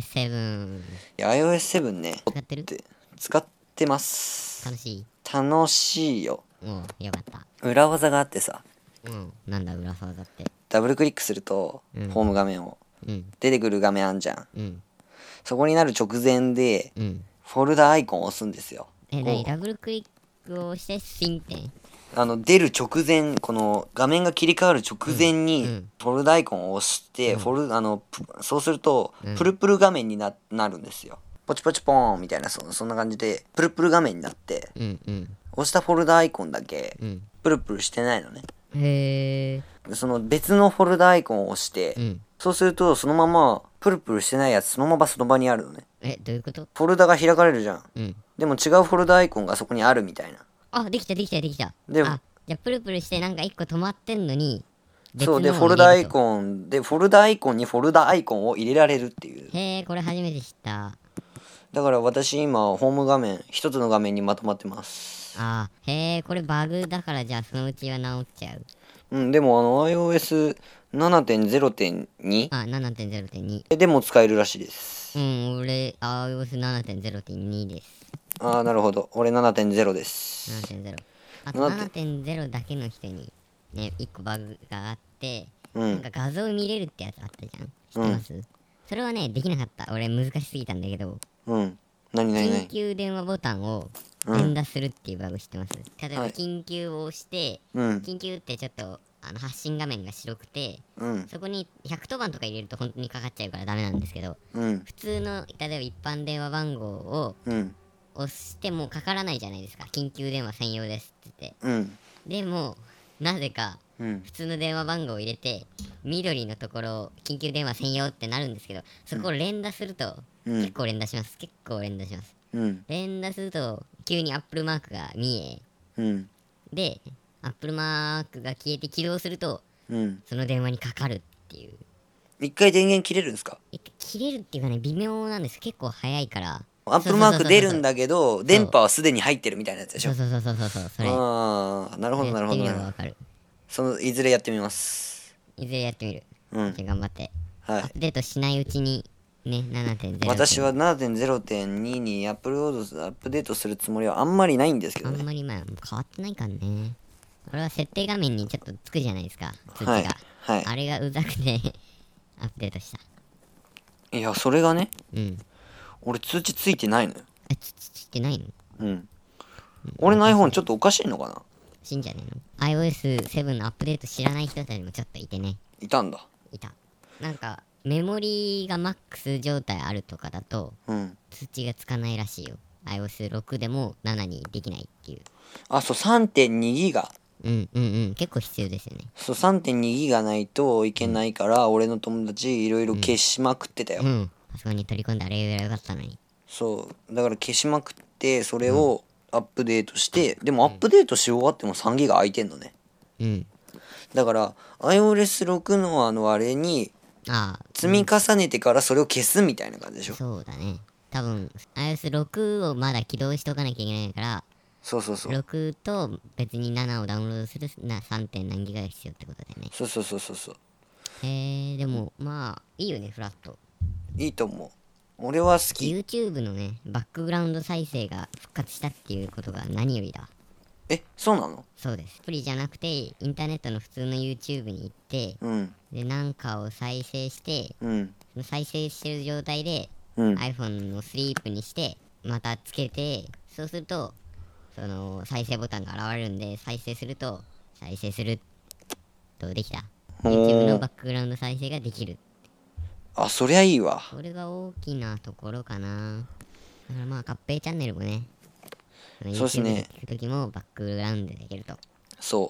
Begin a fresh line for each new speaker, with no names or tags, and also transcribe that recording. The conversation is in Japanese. iOS7
いや iOS7 ね
使ってる
使ってます
楽しい
楽しいよ
うんよかった
裏技があってさ
うんなんだ裏技って
ダブルクリックすると、
うん
ホーム画面を
うん
出てくる画面あんじゃん
うん
そこになる直前で
うん
フォルダアイコンを押すんですよ
え
こう
何ダブルクリックをして新点
あの出る直前この画面が切り替わる直前
う
に
ん
フォルダアイコンを押して、フォルあのプそうすると
うん
プルプル画面にななるんですよポチポチポーンみたいなそそんな感じでプルプル画面になって
うんうん
押したフォルダアイコンだけ
うん
プルプルしてないのね
へえ
その別のフォルダアイコンを押して、
うん
そうするとそのままプルプルしてないやつそのままその場にあるのね
えどういうこと
フォルダが開かれるじゃん
うん
でも違うフォルダアイコンがそこにあるみたいな
あできたできたできた
で
あじゃあプルプルしてなんか一個止まってんのに
そうでフォルダアイ
ン
コンでフォルダアイコンにフォルダアイコンを入れられるっていう
へえこれ初めて知った
だから私今ホーム画面一つの画面にまとまってます
あーへえこれバグだからじゃあそのうちは治っちゃう
うんでもあの iOS7.0.2
あ7.0.2
でも使えるらしいです
うん俺 iOS7.0.2 です
ああなるほど俺7.0です
7.0あと7.0だけの人にね一個バグがあって、
う
なん
ん
か画像見れるってやつあったじゃん知ってます、それはねできなかった俺難しすぎたんだけど
うん何何
緊
何
急電話ボタンを
うん
連打するっていうバグ知ってます、例えば
はい
緊急を押して、
うん
緊急ってちょっとあの発信画面が白くて
うん
そこに110番とか入れると本当にかかっちゃうからダメなんですけど
うん
普通の例えば一般電話番号を
うん
押してもかからないじゃないですか緊急電話専用ですって言っ
うん
てでもなぜか
うん
普通の電話番号を入れて緑のところ緊急電話専用ってなるんですけどそこを連打すると、
うん
結構連打します結構連打します
うん
連打すると急にアップルマークが見
うん
えでアップルマークが消えて起動すると
うん
その電話にかかるっていう
一回電源切れるんですか
え切れるっていうかね微妙なんです結構早いから
アップルマーク出るん
だ
だけど電波はすでに入ってるみたいなやつでし
そう
ょ
そうそうそうそうそうそれ
ああなるほどなるほ
やってみ
どな
れ
る
ば
ほど
わかる
そのいずれやってみます
いずれやってみる
うん
じゃあ頑張って
は
アッ
い
プデートしないうちにね7.0
私は7.0.2にアップロードすアップデートするつもりはあんまりないんですけ
あ
ど
ん
ね
まりまあ変わってないからねこれは設定画面にちょっとつくじゃないですか通知が、
はいはい
あれがうざくてアップデートした
いやそれがね
うん
俺通知ついてないのよ
あつつついてないの
うん俺の iPhone ちょっとおかしいのかな
死んじゃねえの ?iOS7 のアップデート知らない人たちもちょっといてね
いたんだ
いたなんかメモリーがマックス状態あるとかだと
うん
通知がつかないらしいよ iOS6 でも7にできないっていう
あそう3.2ギガ
うんうんうん結構必要ですよね
そう3.2ギガないといけないから、俺の友達いろいろ消しまくってたよ、
うんあそこに取り込んであれがよかったのに
そうだから消しまくってそれをアップデートして、でもアップデートし終わっても3ギガ空いてんのね
うん
だから iOS6 のあのあれに
ああ
積み重ねてからそれを消すみたいな感じでしょ、
そうだね多分 iOS6 をまだ起動しとかなきゃいけないから
そうそうそう
6と別に7をダウンロードするな 3. 点何ギガが必要ってことだよね
そうそうそうそうそう
へえでもまあいいよねフラット
いいと思う俺は好き
YouTube のねバックグラウンド再生が復活したっていうことが何よりだわ
えそうなの
そうですアプリじゃなくてインターネットの普通の YouTube に行って
うん
でなんかを再生して
うん
その再生してる状態で
うん
iPhone をスリープにしてまたつけてそうするとその再生ボタンが現れるんで再生すると再生するとできた
おー
YouTube のバックグラウンド再生ができる
あそりゃいいわ
これが大きなところかなだからまあ合併チャンネルもね
そうですね
YouTube で聞く時もバックグラウンドでいけると
そう